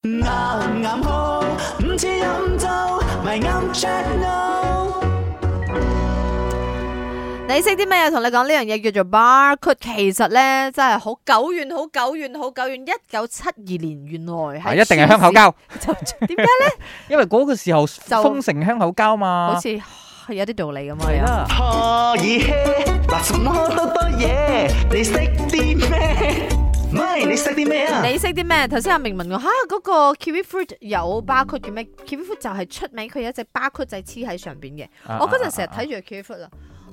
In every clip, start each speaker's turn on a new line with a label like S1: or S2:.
S1: 啱啱好，唔似飲酒，咪啱 check no。
S2: 你識啲咩？啊同你講呢樣嘢叫做 barcode，其實咧真係好久遠、好久遠、好久遠，一九七二年原來
S3: 啊
S2: 係
S3: 一定係香口膠，
S2: 超市，就點解咧？
S3: 因為嗰個時候
S2: 就
S3: 封城香口膠嘛
S2: 好。似係有啲道理咁啊
S3: 係
S2: 樣。
S3: 啦，
S1: 可以 hea，嗱什麼多多嘢，你識啲咩？咪你識啲咩啊？
S2: 你識啲咩？頭先阿明問我吓嗰個 kiwi fruit 有 barcode 嘅咩？kiwi fruit 就係出名，佢有一隻 barcode 仔黐喺上邊嘅。我嗰陣成日睇
S3: 啊，啊啊
S2: 住 kiwi fruit 啊，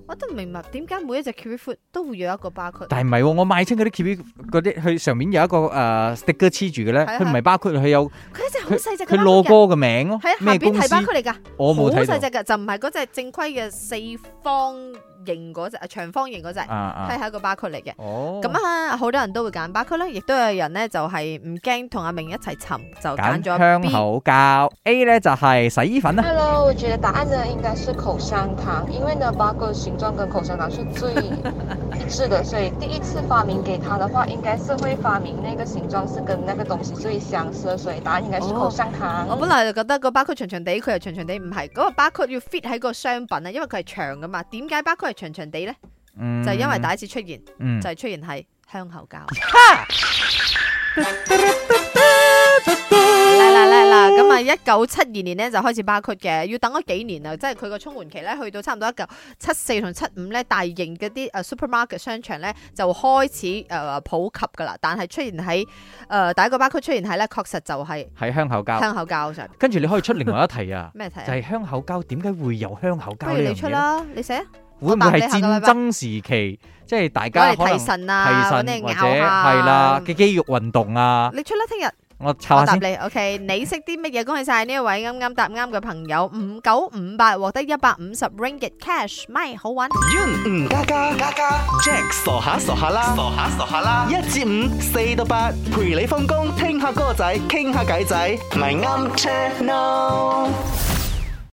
S2: 我都唔明白點解每一隻 kiwi fruit 都會有一個 barcode。
S3: 但係唔係喎，我買清嗰啲 kiwi 嗰啲，佢上面有一個誒 sticker 黐住嘅咧，
S2: 係啊
S3: 佢唔係包括佢有
S2: 佢一隻好
S3: 佢
S2: 細隻嘅
S3: 佢
S2: barcode 嘅
S3: logo 嘅名咯
S2: 係啊，，下
S3: 咩
S2: 邊
S3: 公
S2: 係
S3: 司
S2: barcode 嚟㗎。
S3: 我冇
S2: 好
S3: 睇
S2: 細
S3: 到
S2: 只嘅，就唔係嗰只正規嘅四方形嗰只，啊長方形嗰只，
S3: 啊啊
S2: 係係一個 barcode 嚟嘅。
S3: 哦，
S2: 咁啊，好多人都會揀 barcode 啦，亦都有人咧就係唔驚同阿明一齊沉，就揀
S3: 揀
S2: 咗
S3: 香
S2: B。
S3: 口膠 A 咧就係洗衣粉啦。
S4: Hello，我觉得答案呢应该是口香糖，因为呢八哥形状跟口香糖是最一致的，所以第一次发明给他的话，应该是会发明那个形状是跟那个东西最相似，所以答案应该是口香糖。
S2: 我本來就覺得個 barcode 長長地，佢又長長地，唔係嗰個 barcode 要 fit 喺個商品啊，因為佢係長噶嘛。點解 barcode 係長長地咧？
S3: 嗯
S2: 就係因為第一次出現，
S3: 嗯
S2: 就係出現係香口膠。嚟啦嚟啦，咁啊，一九七二年咧就開始 barcode 嘅，要等咗幾年啊，即係佢個充換期咧去到差唔多一九七四同七五咧，大型嗰啲誒 supermarket 商場咧就開始誒、呃普及噶啦，但係出現喺誒、呃第一個 barcode 出現喺咧，確實就係
S3: 係香口膠，
S2: 香口膠上，
S3: 跟住你可以出另外一題啊
S2: 咩題
S3: 就
S2: 啊？
S3: 係香口膠點解會有香口
S2: 不
S3: 膠
S2: 如
S3: 呢
S2: 你
S3: 樣
S2: 出
S3: 嘢呢？
S2: 啦，你寫啊，
S3: 會唔會係戰爭時期，即係大家可
S2: 我哋
S3: 能
S2: 提
S3: 提
S2: 神啊，揾
S3: 神
S2: 啲
S3: 或
S2: 人
S3: 者
S2: 拗下，
S3: 係啦嘅肌肉運動啊？
S2: 你出啦，聽日。
S3: 我
S2: 我答
S3: 抄下先。
S2: 你，OK？你識啲乜嘢？恭喜晒呢一位啱啱答啱嘅朋友，五九五八獲得一百五十 ringgit cash，咪好玩。
S1: Yun 吳家家家家 Jack 傻下傻下啦，傻下傻下啦，一至五四到八，陪你放工，聽下歌仔，傾下偈仔，咪啱 check no。